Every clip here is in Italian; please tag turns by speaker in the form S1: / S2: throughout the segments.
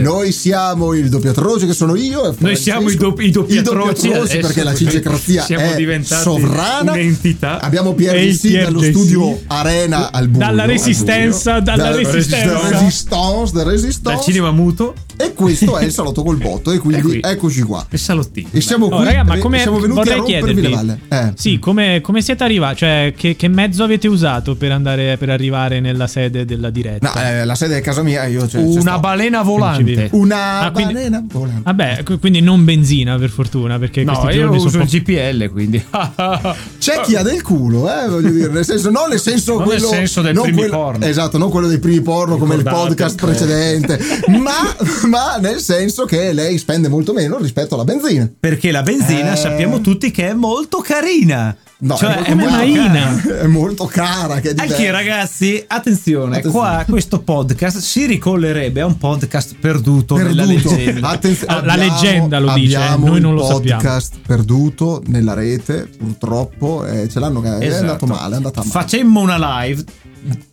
S1: Noi siamo il doppio atroce che sono io. e
S2: Noi
S1: Francesco.
S2: siamo i, doppi- i doppi
S1: I doppi
S2: atroci,
S1: atroci,
S2: adesso,
S3: Eh,
S1: perché la cincecrazia
S2: siamo
S1: è
S2: diventati
S1: sovrana.
S2: un'entità.
S1: Abbiamo
S2: E il
S1: PRC dallo
S2: PRC
S1: studio Arena al buio.
S3: Dalla
S1: al buio.
S3: Resistenza, dalla Resistenza.
S1: Resistance, dalla Resistance.
S2: dal cinema muto
S1: E questo è il salotto col botto. E quindi
S2: qui.
S1: eccoci qua.
S2: e salottino.
S1: E siamo
S3: Oh,
S1: qui.
S3: raga, ma
S1: e
S3: come
S1: siamo venuti a
S3: vorrei
S1: rompervi
S3: chiedervi,
S1: le valle. Eh.
S3: sì, come, come siete arrivati? Cioè, che, che mezzo avete usato per, andare, per arrivare nella sede della diretta?
S1: No, eh, la sede è casa mia. Io cioè, ci
S2: Una
S1: sto.
S2: balena
S3: Non ci
S2: volante.
S3: vedo.
S1: Una
S3: Ah, quindi-
S1: balena volante.
S3: Vabbè, qu- quindi non benzina per fortuna, perché
S2: No,
S3: questi
S2: io
S3: giorni sono
S2: uso
S3: un
S2: il
S3: po'
S2: GPL, quindi.
S1: C'è chi ha del culo, eh, voglio dire, nel senso, non nel senso,
S2: Non nel
S1: quello,
S2: senso del
S1: non
S2: primi
S1: quello-
S2: porno.
S1: Esatto, non quello dei primi porno come il
S2: Ricordate
S1: podcast
S2: un po'.
S1: precedente, ma, ma nel senso che lei spende molto meno rispetto alla benzina.
S4: Perché la benzina
S1: Eh.
S4: sappiamo tutti che è molto carina.
S1: No,
S4: cioè,
S1: molto
S4: è
S3: come
S4: molto
S3: una
S1: cara.
S3: ina.
S1: È molto cara. Che è
S4: Anche
S1: diverso.
S4: ragazzi, attenzione,
S1: Attenzione.
S4: qua questo podcast si ricollerebbe a un podcast perduto, nella
S1: Perduto.
S4: leggenda.
S1: Attenzio-
S3: Ah, la leggenda lo dice,
S1: abbiamo
S3: noi non
S1: un
S3: lo sappiamo.
S1: podcast perduto nella rete, purtroppo, eh, ce l'hanno, è
S4: Esatto.
S1: andato male, è andata male.
S4: Facemmo una live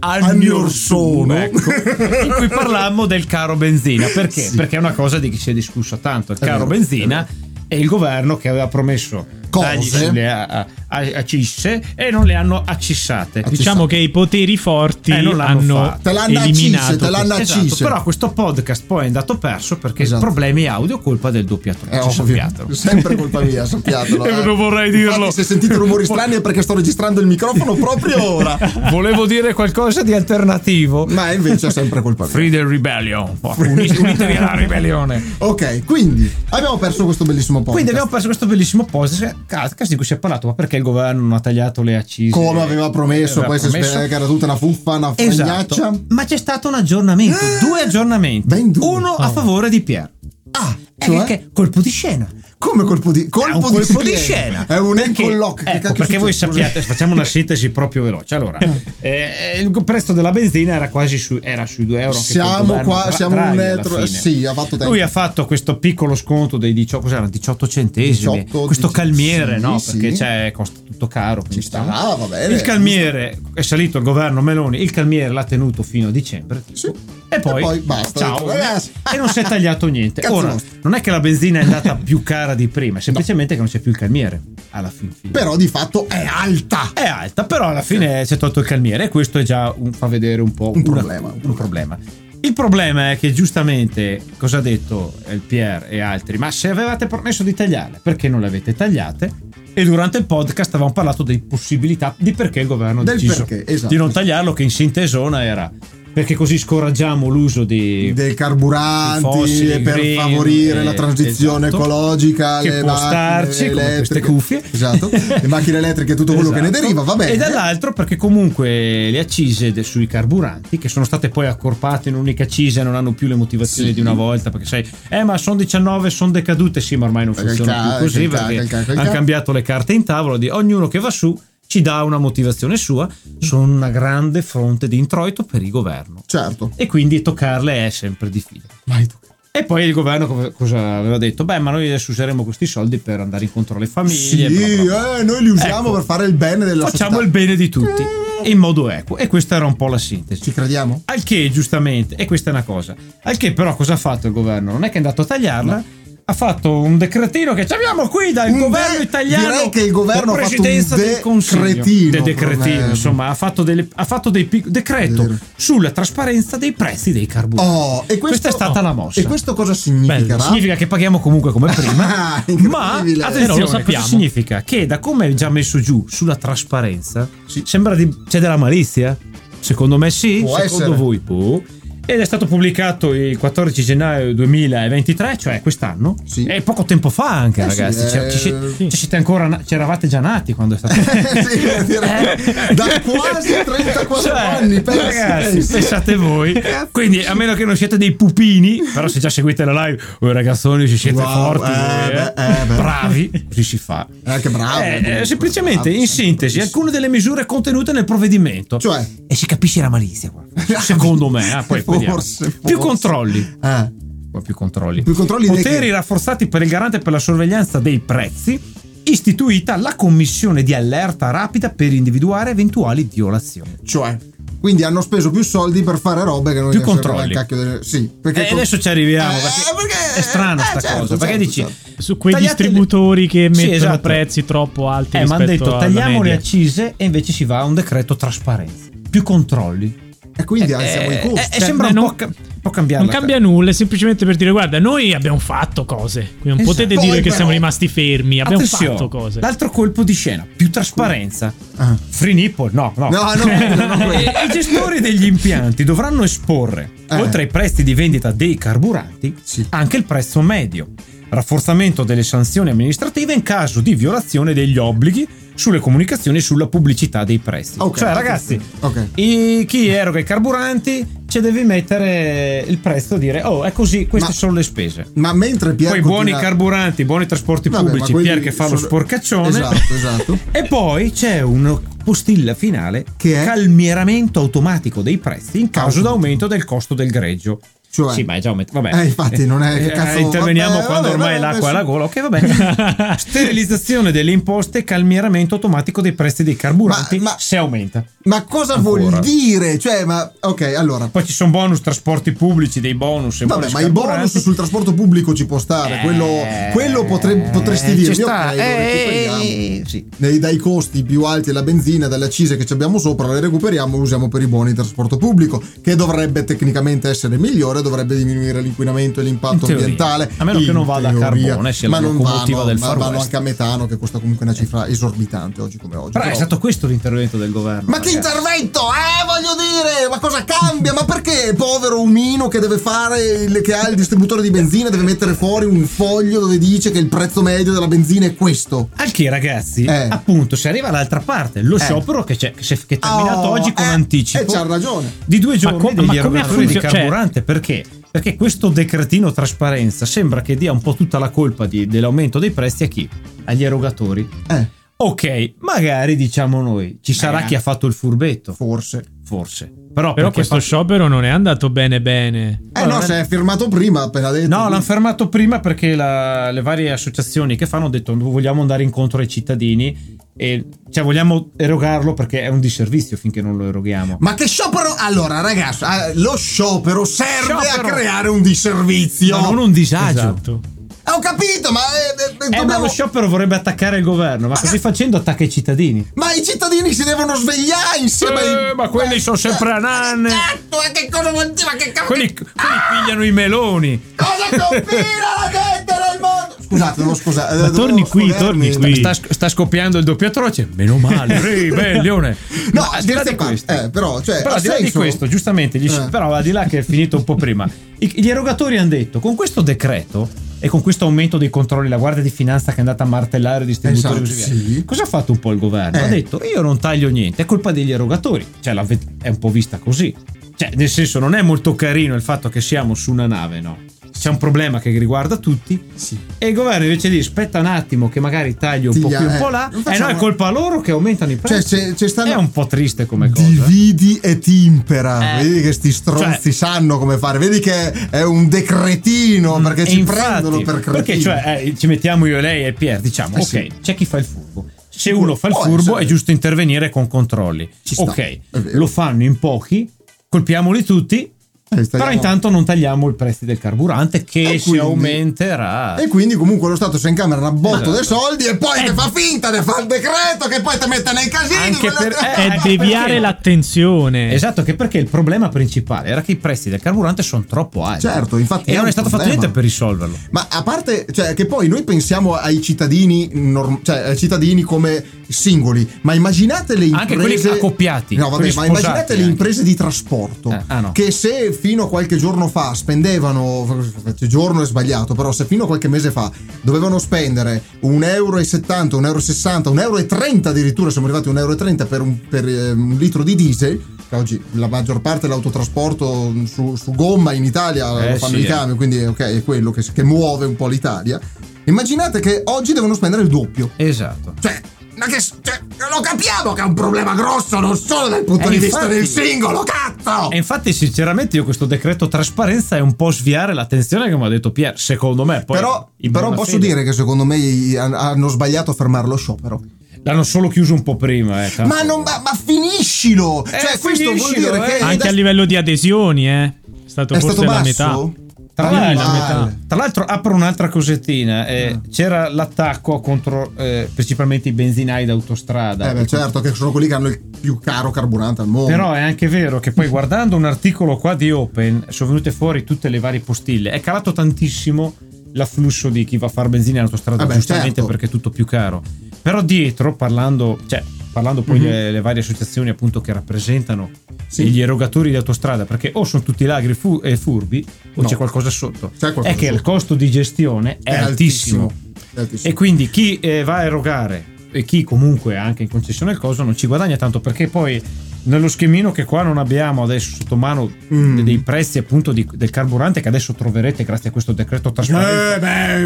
S4: al
S1: Al
S4: mio
S1: Orsono.
S4: ecco, in cui parlammo del caro benzina. Perché?
S1: Sì.
S4: Perché è una cosa di cui si è discussa tanto. Il
S1: È
S4: caro
S1: vero,
S4: benzina e il governo che aveva promesso
S1: Cose.
S4: tagli sulle a- a- a- accisse e non le hanno accissate.
S1: Acci-
S3: Diciamo che i poteri forti
S4: Eh, non l'hanno
S3: hanno
S4: fatto.
S1: Te l'hanno accise,
S3: eliminato.
S1: te l'hanno
S4: Esatto,
S1: accise.
S4: però questo podcast poi è andato perso perché
S1: Esatto.
S4: problemi audio colpa del doppiatore.
S1: È
S4: Ci
S1: Eh, ovvio,
S4: sappiatelo.
S1: sempre colpa mia, sappiatelo.
S2: Eh,
S1: eh.
S2: non vorrei
S1: Infatti,
S2: dirlo.
S1: se sentite rumori strani è perché sto registrando il microfono proprio ora.
S2: Volevo dire qualcosa di alternativo.
S1: Ma invece è sempre colpa mia.
S2: Free the Rebellion. Unite- Unitevi alla ribellione.
S1: Ok, quindi abbiamo perso questo bellissimo podcast.
S4: Quindi abbiamo perso questo bellissimo post cazzo di cui si è parlato, ma perché il governo non ha tagliato le accise?
S1: Come aveva promesso,
S4: Aveva
S1: poi si
S4: promesso.
S1: sveglia che era tutta una fuffa, una fagnaccia.
S4: Esatto. Ma c'è stato un aggiornamento, due aggiornamenti.
S1: Ben due.
S4: Uno a favore di Pier.
S1: Ah,
S4: Eh,
S1: cioè?
S4: Perché colpo di scena.
S1: Come colpo di,
S4: È
S1: colpo
S4: un
S1: di
S4: colpo di
S1: scena.
S4: scena.
S1: È un
S4: Perché-
S1: encollock. Che
S4: ecco,
S1: cacchio
S4: perché voi
S1: succede?
S4: sappiate, facciamo una sintesi proprio veloce. Allora, eh, il prezzo della benzina era quasi su, era sui 2 euro. anche col
S1: Siamo
S4: governo
S1: qua,
S4: Dra-
S1: siamo
S4: Draghi
S1: un
S4: alla
S1: metro.
S4: fine.
S1: Sì, ha fatto tempo.
S4: Lui ha fatto questo piccolo sconto dei 18, cos'erano? 18 centesimi.
S1: 18,
S4: questo
S1: 18,
S4: calmiere,
S1: sì,
S4: no?
S1: sì.
S4: Perché c'è- costa tutto caro. quindi
S1: sta,
S4: diciamo.
S1: va bene.
S4: Il calmiere è salito il governo Meloni. Il calmiere l'ha tenuto fino a dicembre. tipo.
S1: Sì.
S4: E poi,
S1: E poi basta,
S4: ciao,
S1: detto, ragazzi.
S4: e non si è tagliato niente.
S1: Cazzo
S4: Ora,
S1: nostro.
S4: non è che la benzina è andata più cara di prima, è semplicemente che non c'è più il calmiere alla fin fine.
S1: Però di fatto è alta.
S4: È alta, però alla fine c'è tolto il calmiere e questo è già un, fa vedere un po'
S1: Un
S4: una-
S1: problema, un
S4: un problema. Il problema è che giustamente, cosa ha detto eh, il Pierre e altri, ma se avevate promesso di tagliarle, perché non le avete tagliate? E durante il podcast avevamo parlato di possibilità di perché il governo ha
S1: Del
S4: deciso
S1: perché, esatto.
S4: di non tagliarlo, che in sintesona era perché così scoraggiamo l'uso di,
S1: dei carburanti
S4: fossili,
S1: per
S4: green,
S1: favorire
S4: eh,
S1: la transizione
S4: esatto.
S1: ecologica,
S4: Che
S1: le
S4: può
S1: macchine
S4: starci, come
S1: elettriche,
S4: queste cuffie.
S1: esatto, le macchine elettriche, tutto quello che ne
S4: Esatto.
S1: deriva, va bene.
S4: E dall'altro perché comunque le accise de- sui carburanti, che sono state poi accorpate in un'unica accisa, non hanno più le motivazioni
S1: Sì.
S4: di una volta, perché sai, eh ma sono 19, sono decadute, sì ma ormai non
S1: Perché
S4: funziona
S1: ca-
S4: più così,
S1: ca-
S4: perché
S1: ca- ca- ca-
S4: hanno cambiato le carte in tavola, di ognuno che va su ci dà una motivazione sua, sono una grande fronte di introito per il governo.
S1: certo,
S4: E quindi toccarle è sempre difficile.
S1: mai tu.
S4: E poi il governo co- cosa aveva detto? Beh, ma noi adesso useremo questi soldi per andare incontro alle famiglie.
S1: Sì,
S4: bla, bla, bla.
S1: eh, noi li usiamo
S4: Ecco.
S1: per fare il bene della
S4: Facciamo
S1: società.
S4: il bene di tutti in modo equo. E questa era un po' la sintesi.
S1: Ci crediamo?
S4: Al che, giustamente, e questa è una cosa. Al che, però, cosa ha fatto il governo? Non è che è andato a tagliarla. Ha fatto un decretino che ci abbiamo qui dal
S1: Un
S4: governo
S1: de-
S4: italiano.
S1: direi che il governo
S4: la
S1: ha fatto
S4: presidenza
S1: un
S4: del Consiglio.
S1: decretino,
S4: De- decretino,
S1: proprio.
S4: insomma, ha fatto, delle- ha fatto dei pic-
S1: È
S4: decreto
S1: vero.
S4: sulla trasparenza dei prezzi dei carburanti.
S1: Oh, e questo-
S4: questa è stata la mossa.
S1: E questo cosa significherà?
S4: Bello, significa che paghiamo comunque come prima.
S1: Ah,
S4: ma
S1: incredibile. Eh,
S3: Però
S4: attenzione,
S3: lo
S4: questo
S3: sappiamo.
S4: significa che da come è già messo giù sulla trasparenza,
S1: Sì.
S4: sembra di, c'è della malizia. Secondo me sì,
S1: Può
S4: secondo
S1: essere.
S4: voi boh. Ed è stato pubblicato il 14 gennaio 2023, cioè quest'anno.
S1: Sì.
S4: E poco tempo fa anche,
S1: Eh sì,
S4: ragazzi. C'era-
S1: eh,
S4: ci, si-
S1: sì.
S4: ci siete ancora, na- c'eravate già nati quando è stato.
S1: Eh, Sì, direi- da quasi 34
S4: Cioè,
S1: anni, pensi,
S4: ragazzi,
S1: pensi.
S4: pensate voi. Quindi, a meno che non siete dei pupini, però se già seguite la live, voi ragazzoni ci siete
S1: Wow,
S4: forti,
S1: eh,
S4: eh,
S1: beh, eh, beh.
S4: bravi, così si fa.
S1: Eh, che bravo.
S4: Eh, eh,
S1: comunque,
S4: semplicemente,
S1: bravo,
S4: in sintesi, alcune delle misure contenute nel provvedimento.
S1: Cioè?
S4: E si capisce la malizia qua. Secondo me, ah, poi
S1: Forse,
S4: vediamo.
S1: forse.
S4: Più controlli.
S1: Eh,
S4: Poi più controlli.
S1: Più controlli dei
S4: Poteri
S1: che?
S4: rafforzati per il garante per la sorveglianza dei prezzi. Istituita la commissione di allerta rapida per individuare eventuali violazioni.
S1: cioè, Quindi hanno speso più soldi per fare robe che non
S4: Più
S1: gli servono
S4: controlli.
S1: al cacchio delle- Sì, perché
S4: E
S1: con-
S4: adesso ci arriviamo
S1: Eh,
S4: perché,
S1: perché-
S4: è strana
S1: eh,
S4: sta
S1: certo,
S4: cosa. Perché
S1: certo,
S4: dici
S1: certo.
S3: Su quei
S4: tagliate le-
S3: distributori che
S4: Sì,
S3: mettono
S4: esatto.
S3: prezzi troppo alti
S4: Eh, ma
S3: rispetto
S4: hanno detto
S3: alla
S4: tagliamo le
S3: media.
S4: accise e invece si va a un decreto trasparenza. Più controlli.
S1: E quindi alziamo i
S4: Eh,
S1: costi.
S4: eh, sembra
S3: Eh,
S4: un
S3: non-
S4: po', ca- un po' cambiare.
S3: Non
S4: la-
S3: cambia nulla, è semplicemente per dire guarda, noi abbiamo fatto cose. Quindi non
S4: Esatto.
S3: potete
S1: Poi
S3: dire che
S1: però-
S3: siamo rimasti fermi, abbiamo
S4: Attenzione,
S3: fatto cose.
S4: L'altro colpo di scena, più trasparenza.
S1: Ah.
S4: Free nipple, no, no.
S1: No, no, no, no,
S4: Eh, I gestori degli impianti dovranno esporre,
S1: Eh.
S4: oltre ai prezzi di vendita dei carburanti,
S1: Sì.
S4: anche il prezzo medio. Rafforzamento delle sanzioni amministrative in caso di violazione degli obblighi sulle comunicazioni e sulla pubblicità dei prezzi.
S1: Ok,
S4: cioè,
S1: ok.
S4: ragazzi,
S1: Ok.
S4: i- chi eroga i carburanti ci devi mettere il prezzo e dire: Oh, è così, queste
S1: Ma-
S4: sono le spese.
S1: Ma mentre Pier
S4: Poi
S1: continua-
S4: buoni carburanti, buoni trasporti
S1: Vabbè, ma
S4: pubblici,
S1: quelli
S4: Pier che fa lo
S1: sono-
S4: sporcaccione.
S1: Esatto, esatto.
S4: E poi c'è una postilla finale
S1: Che è?
S4: calmieramento automatico dei prezzi in caso
S1: Automatico.
S4: d'aumento del costo del greggio.
S1: Cioè-
S4: sì, ma è già aumentato. Vabbè.
S1: Eh, infatti, non è- che
S4: Eh,
S1: cazzo-
S4: interveniamo
S1: vabbè,
S4: quando
S1: vabbè,
S4: ormai
S1: vabbè,
S4: l'acqua è alla
S1: adesso-
S4: gola. Ok, vabbè. Sterilizzazione delle imposte, calmieramento automatico dei prezzi dei carburanti
S1: Ma- ma-
S4: se aumenta.
S1: Ma cosa
S4: Ancora.
S1: vuol dire? Cioè, ma ok, allora.
S4: Poi ci sono bonus trasporti pubblici, dei bonus e
S1: Vabbè,
S4: bonus
S1: ma i
S4: carburanti.
S1: bonus sul trasporto pubblico ci può stare, quello,
S4: Eh,
S1: quello potre- potresti
S4: ci
S1: dirmi,
S4: sta,
S1: ok, lo
S4: eh,
S1: recuperiamo.
S4: sì.
S1: Dai, dai costi più alti della benzina, dalle accise che ci abbiamo sopra, le recuperiamo e usiamo per i buoni di trasporto pubblico, che dovrebbe tecnicamente essere migliore, dovrebbe diminuire l'inquinamento e
S4: In
S1: l'impatto
S4: teoria.
S1: ambientale.
S4: A meno che
S1: In
S4: non vada a
S1: teoria.
S4: carbone, sia
S1: ma
S4: la
S1: non
S4: locomotiva
S1: vanno,
S4: del
S1: ma
S4: Far
S1: vanno
S4: West.
S1: anche a metano, che costa comunque una cifra esorbitante oggi come oggi.
S4: Però è
S1: Però-
S4: stato questo l'intervento del governo.
S1: ma che
S4: ragazzi.
S1: intervento! Eh, voglio dire, ma cosa cambia? Ma perché il povero umino che deve fare, il- che ha il distributore di benzina, deve mettere fuori un foglio dove dice che il prezzo medio della benzina è questo?
S4: Al che ragazzi,
S1: Eh.
S4: appunto, si arriva all'altra parte, lo sciopero che, c'è, che si è che è terminato
S1: Oh,
S4: oggi con
S1: eh,
S4: anticipo.
S1: eh, c'ha ragione.
S4: Di due giorni
S3: com- ma
S4: degli
S3: come
S4: erogatori di
S3: funziona- cioè-
S4: carburante. perché? Perché questo decretino trasparenza sembra che dia un po' tutta la colpa di- dell'aumento dei prezzi a chi? Agli erogatori.
S1: Eh,
S4: Ok, magari diciamo noi, ci sarà chi ha fatto il furbetto.
S1: forse.
S4: Forse. Però,
S3: Però
S4: perché
S3: questo
S4: fa-
S3: sciopero non è andato bene bene.
S1: Eh no, se è firmato prima, appena detto.
S4: No, l'hanno fermato prima perché la- le varie associazioni che fanno hanno detto vogliamo andare incontro ai cittadini e cioè vogliamo erogarlo perché è un disservizio finché non lo eroghiamo.
S1: Ma che sciopero? Allora, ragazzi, eh, lo sciopero serve
S4: Sciopero.
S1: a creare un disservizio.
S4: Ma non un disagio.
S3: Esatto.
S1: Eh, Ho capito, ma. eh, eh,
S4: Eh, ma
S1: dobbiamo-
S4: lo sciopero vorrebbe attaccare il governo, ma così facendo attacca i cittadini.
S1: Ma i cittadini si devono svegliare insieme
S4: Eh,
S1: ai...
S4: ma quelli sono sempre a nanne.
S1: Esatto, ma che cosa vuol dire? Ma che cavolo...
S4: Quelli, quelli pigliano i meloni.
S1: Cosa combina la gente nel mondo? Scusate, eh, devo scusare.
S3: Ma torni qui, torni qui.
S4: Sta, sta scoppiando il doppio atroce. Meno male, ribellione.
S1: No,
S4: Ma
S1: a
S4: al di là
S1: dirti
S4: di questo.
S1: questo. Eh, però, cioè,
S4: Però
S1: ha
S4: al di là di
S1: senso?
S4: questo, giustamente, gli-
S1: Eh.
S4: però al di là che è finito un po' prima, i- gli erogatori hanno detto con questo decreto e con questo aumento dei controlli, la Guardia di Finanza che è andata a martellare i distributori
S1: Esatto,
S4: e così via,
S1: sì.
S4: cosa ha fatto un po' il governo?
S1: Eh.
S4: Ha detto io non taglio niente, è colpa degli erogatori, cioè la ve- è un po' vista così. Cioè, nel senso, non è molto carino il fatto che siamo su una nave, no? C'è un problema che riguarda tutti.
S1: Sì.
S4: E il governo invece dice: aspetta un attimo, che magari taglio un
S1: Sì,
S4: po' qui, un
S1: eh,
S4: po' là.
S1: non
S4: E no,
S1: facciamo-
S4: è colpa loro che aumentano i
S1: Cioè,
S4: prezzi.
S1: c'è, c'è stanno...
S4: È un po' triste come cosa.
S1: Dividi e timpera.
S4: Eh.
S1: Vedi che sti stronzi
S4: Cioè-
S1: sanno come fare. Vedi che è un decretino perché
S4: Mm. E
S1: ci
S4: infatti,
S1: prendono per cretini.
S4: Perché cioè, eh, ci mettiamo io, lei e Pier, diciamo,
S1: Eh
S4: ok,
S1: sì.
S4: c'è chi fa il furbo. Se uno fa il
S1: Può
S4: furbo
S1: essere.
S4: è giusto intervenire con controlli.
S1: Ci sta,
S4: Ok,
S1: è vero.
S4: lo fanno in pochi, colpiamoli tutti,
S1: Eh, stagliamo-
S4: però intanto non tagliamo il prezzo del carburante che
S1: E
S4: si
S1: quindi-
S4: aumenterà.
S1: E quindi comunque lo Stato si incamera un abbotto dei soldi e poi
S4: Eh.
S1: ne fa finta, ne fa il decreto che poi ti mette nei casini.
S4: Anche
S1: quello-
S4: per- eh,
S3: È
S4: ma perché?
S3: deviare l'attenzione.
S4: Esatto, che perché il problema principale era che i prezzi del carburante sono troppo alti.
S1: Certo, infatti
S4: E
S1: è
S4: non
S1: un
S4: è stato fatto
S1: problema.
S4: niente per risolverlo.
S1: Ma a parte, cioè, che poi noi pensiamo ai cittadini, norm- cioè, ai cittadini come singoli, ma immaginate le imprese.
S4: Anche quelli accoppiati,
S1: No, vabbè,
S4: quelli
S1: ma
S4: sposati
S1: immaginate le
S4: anche.
S1: imprese di trasporto
S4: Eh, ah, no.
S1: che se fino a qualche giorno fa spendevano, giorno è sbagliato, però se fino a qualche mese fa dovevano spendere 1,70 euro, 1,60 euro, 1,30 euro addirittura, siamo arrivati a 1,30 euro per un, per, eh, un litro di diesel. che Oggi la maggior parte dell'autotrasporto su, su gomma in Italia
S4: Eh,
S1: lo fanno
S4: sì,
S1: i
S4: eh.
S1: camion, quindi ok, è quello che, che muove un po' l'Italia. Immaginate che oggi devono spendere il doppio.
S4: Esatto.
S1: Cioè, ma che. Cioè, lo capiamo che è un problema grosso, non solo dal punto
S4: Eh,
S1: di vista
S4: infatti.
S1: del singolo, cazzo!
S4: E infatti, sinceramente, io questo decreto trasparenza è un po' sviare l'attenzione, come ha detto Pier. Secondo me, poi
S1: però
S4: in
S1: però
S4: buona
S1: posso
S4: fede.
S1: dire che secondo me i- han- hanno sbagliato a fermare lo sciopero.
S4: L'hanno solo chiuso un po' prima. eh, tanto.
S1: Ma, non, ma, ma finiscilo! cioè, questo vuol
S4: Eh, finiscilo,
S1: dire che.
S4: eh.
S1: è
S3: Anche a livello di adesioni, eh. È stato
S1: è
S3: forse
S1: stato
S3: la
S1: basso?
S3: metà.
S4: Tra
S1: Ma
S4: l'altro,
S1: male. Ah.
S4: tra l'altro apro un'altra cosettina. eh, C'era l'attacco contro eh, principalmente i benzinai d'autostrada.
S1: Eh, beh, certo, che sono quelli che hanno il più caro carburante al mondo.
S4: Però è anche vero che poi guardando un articolo qua di Open sono venute fuori tutte le varie postille. È calato tantissimo l'afflusso di chi va a fare benzina in autostrada,
S1: Eh beh,
S4: giustamente
S1: certo.
S4: perché è tutto più caro. Però dietro, parlando, cioè, parlando poi le, le varie associazioni appunto che rappresentano
S1: Mhm. Sì.
S4: gli erogatori di autostrada, perché o sono tutti lagri fu- e furbi o
S1: No.
S4: c'è qualcosa sotto.
S1: C'è qualcosa
S4: è che
S1: sotto.
S4: il costo di gestione è,
S1: È
S4: altissimo.
S1: È altissimo.
S4: E quindi chi eh, va a erogare e chi comunque ha anche in concessione il coso non ci guadagna tanto perché poi nello schemino che qua non abbiamo adesso sotto mano
S1: Mm.
S4: de- dei prezzi appunto di- del carburante che adesso troverete grazie a questo decreto
S1: Eh,
S4: trasparente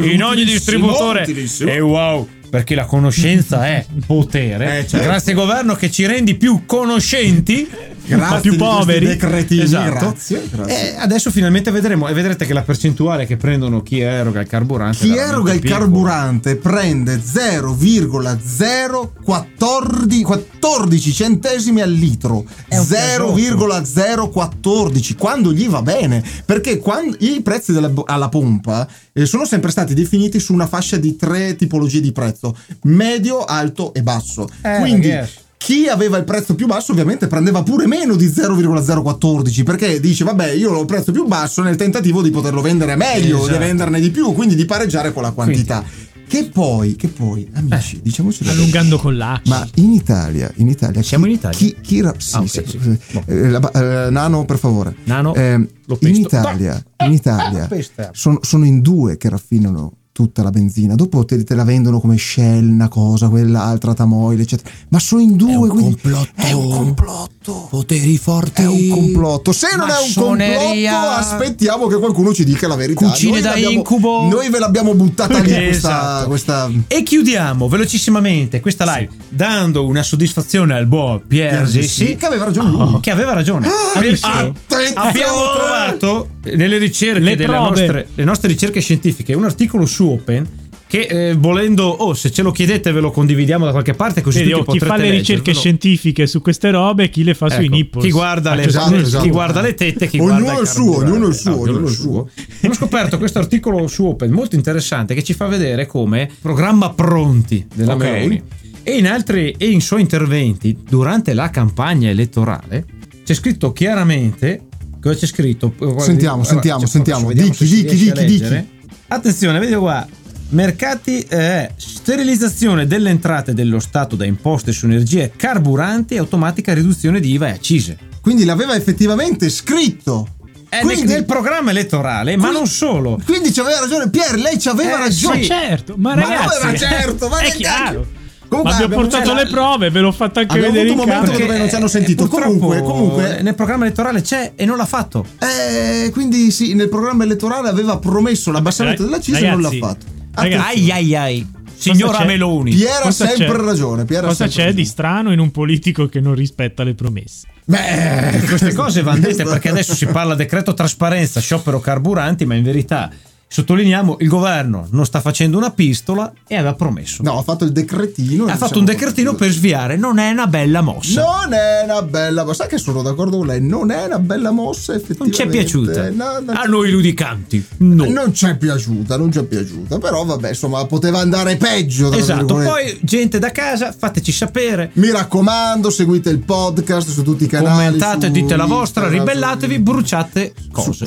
S1: beh,
S4: in ogni
S1: utilissimo,
S4: distributore
S1: utilissimo.
S4: e wow perché la conoscenza è potere
S1: Eh, certo.
S4: grazie governo che ci rendi più conoscenti
S1: Grazie
S4: ma più
S1: di questi
S4: poveri
S1: decretini,
S4: Esatto.
S1: grazie, eh, grazie.
S4: E adesso finalmente vedremo e vedrete che la percentuale che prendono chi eroga il carburante è
S1: Chi
S4: veramente
S1: eroga il
S4: piccola.
S1: carburante prende 0,014 14 centesimi al litro.
S4: È un tesoro.
S1: 0,014 quando gli va bene, perché quando- i prezzi della- alla pompa eh, sono sempre stati definiti su una fascia di tre tipologie di prezzo: medio, alto e basso.
S4: Eh,
S1: Quindi
S4: yes.
S1: chi aveva il prezzo più basso ovviamente prendeva pure meno di 0,014 perché dice vabbè io ho il prezzo più basso nel tentativo di poterlo vendere meglio,
S4: Esatto.
S1: di venderne di più, quindi di pareggiare con la quantità. Che poi, che poi, amici,
S4: Eh,
S1: diciamoci la verità,
S3: Allungando con l'H.
S1: ma in Italia, in Italia
S4: Siamo
S1: chi-
S4: in Italia?
S1: Chi, chi ra- sì,
S4: Ah, ok,
S1: sì,
S4: sì.
S1: sì.
S4: Boh.
S1: Eh, la ba- eh, Nano, per favore.
S4: Nano,
S1: Ehm,
S4: lo
S1: in
S4: pesto.
S1: Italia,
S4: Ah,
S1: in
S4: ah,
S1: Italia
S4: pesta.
S1: Certo. sono, sono in due che raffinano tutta la benzina. Dopo te, te la vendono come Shell, una cosa, quell'altra, Tamoil, eccetera. Ma sono in due,
S5: un
S1: quindi
S5: complotto.
S1: è un complotto.
S5: Poteri forti.
S1: È un complotto. Se non è un
S5: Massoneria.
S1: complotto, aspettiamo che qualcuno ci dica la verità.
S5: Cucine
S1: Noi
S5: da
S1: l'abbiamo-
S5: incubo.
S1: Noi ve l'abbiamo buttata lì questa,
S4: Esatto.
S1: questa
S4: E chiudiamo velocissimamente questa live dando una soddisfazione al buon Pier Gessi
S1: che aveva ragione lui.
S4: che aveva ragione.
S1: Ah,
S4: Perché
S1: attenzione!
S4: abbiamo trovato nelle ricerche
S3: Le
S4: delle
S3: prove.
S4: nostre, le nostre ricerche scientifiche un articolo su Open che eh, volendo oh, se ce lo chiedete ve lo condividiamo da qualche parte così
S3: Vedi,
S4: tutti
S3: oh, chi fa
S4: potrete
S3: le ricerche
S4: leggervelo.
S3: scientifiche su queste robe, chi le fa sui
S4: Ecco,
S3: nipples. Ah, cioè,
S4: Chi guarda, le,
S1: Esatto,
S4: chi
S1: esatto.
S4: guarda le tette, chi
S1: Ognuno
S4: guarda
S1: il suo,
S4: carburante.
S1: ognuno il suo,
S4: Ah,
S1: ognuno il suo.
S4: Ho scoperto questo articolo su Open molto interessante che ci fa vedere come programma pronti della
S1: Ok.
S4: Meloni e in altri e in suoi interventi durante la campagna elettorale c'è scritto chiaramente cosa c'è scritto. Guarda,
S1: Sentiamo,
S4: guarda,
S1: sentiamo,
S4: c'è
S1: sentiamo.
S4: cioè, proprio, vediamo
S1: Dichi,
S4: se si
S1: dichi,
S4: riesce a
S1: dichi,
S4: leggere. Attenzione, vedi qua. Mercati, eh, sterilizzazione delle entrate dello Stato da imposte su energie e carburanti e automatica riduzione di IVA e accise.
S1: Quindi l'aveva effettivamente scritto.
S5: Eh,
S4: È
S1: quindi,
S4: nel, nel programma elettorale, ma non solo.
S1: quindi ci aveva ragione Pier, lei ci aveva
S4: Eh,
S1: ragione.
S3: Ma certo, ma
S4: Ma
S3: ragazzi,
S1: no, ma certo, ma
S3: è
S1: che
S3: chiaro.
S1: cacchio. Comunque
S3: ma abbiamo
S1: abbiamo-
S3: portato
S1: cioè, la-
S3: le prove, ve l'ho fatto anche
S1: Abbiamo
S3: vedere in
S1: avuto un momento
S3: camera.
S1: che dove non ci hanno sentito.
S4: Eh, purtroppo,
S1: Comunque, comunque-
S4: nel programma elettorale c'è e non l'ha fatto.
S1: Eh, quindi sì, nel programma elettorale aveva promesso l'abbassamento
S3: Ra-
S1: della CISA e non l'ha
S3: ragazzi,
S1: fatto. Ah,
S3: ragazzi,
S1: Attenzione.
S4: Ai ai ai. Signora
S3: c'è?
S4: Meloni.
S1: Pier ha
S3: cosa c'è?
S1: sempre ragione. Pier ha
S3: Cosa
S1: sempre
S3: c'è di strano in un politico che non rispetta le promesse?
S1: ragione. Beh,
S4: eh, Queste cose vanno dette perché adesso si parla decreto trasparenza, sciopero carburanti, ma in verità sottolineiamo il governo non sta facendo una pistola e aveva promesso.
S1: No, ha fatto il decretino.
S4: ha fatto un decretino per sviare, non è una bella mossa.
S1: Non è una bella mossa, sai che sono d'accordo con lei, non è una bella mossa
S4: non
S1: effettivamente.
S4: ci è piaciuta.
S1: No, no.
S4: A noi ludicanti. No.
S1: Non ci è piaciuta, non ci è piaciuta, però vabbè, insomma, poteva andare peggio. tra
S4: Esatto,
S1: virgolette.
S4: poi gente da casa, fateci sapere.
S1: Mi raccomando, seguite il podcast su tutti i canali.
S4: Commentate,
S1: su
S4: dite la vostra,
S1: Instagram,
S4: ribellatevi,
S1: su-
S4: bruciate cose.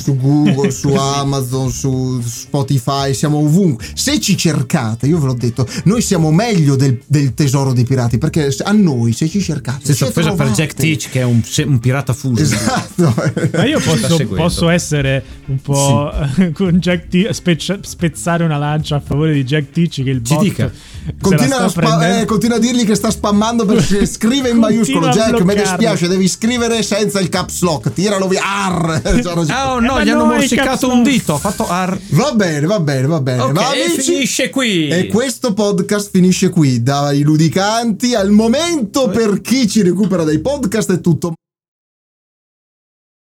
S1: Su, su Google, su Amazon, su Spotify, siamo ovunque. Se ci cercate, io ve l'ho detto, noi siamo meglio del, del tesoro dei pirati, perché se- a noi se ci cercate...
S4: Senza
S1: ci
S4: offesa per
S1: trovate.
S4: Jack Teach, che è un, se- un pirata fuso.
S1: Esatto.
S3: Ma io
S4: Eh, Sta
S3: posso,
S4: seguendo.
S3: posso essere un po' con Jack T- speccia- spezzare una lancia a favore di Jack Ticci che il
S4: Ci
S3: bot
S4: dica.
S3: se
S1: Continua
S3: la
S1: a,
S3: sta
S1: spa- eh,
S3: prendendo.
S1: continua a dirgli che sta spammando perché scrive in maiuscolo.
S3: Continua a
S1: Jack, mi
S3: bloccarlo.
S1: dispiace, devi scrivere senza il caps lock. Tiralo via. Arr! C'ha ragione.
S4: Ah, oh
S3: Eh,
S4: no,
S3: ma
S4: gli hanno
S3: no, i
S4: morsicato
S3: cazzo-
S4: un dito. Ha fatto ar.
S1: Va bene, va bene, va bene.
S4: Ok,
S1: Ma
S4: e
S1: amici,
S4: finisce qui.
S1: E questo podcast finisce qui. Dai ludicanti al momento per chi ci recupera dai podcast è tutto.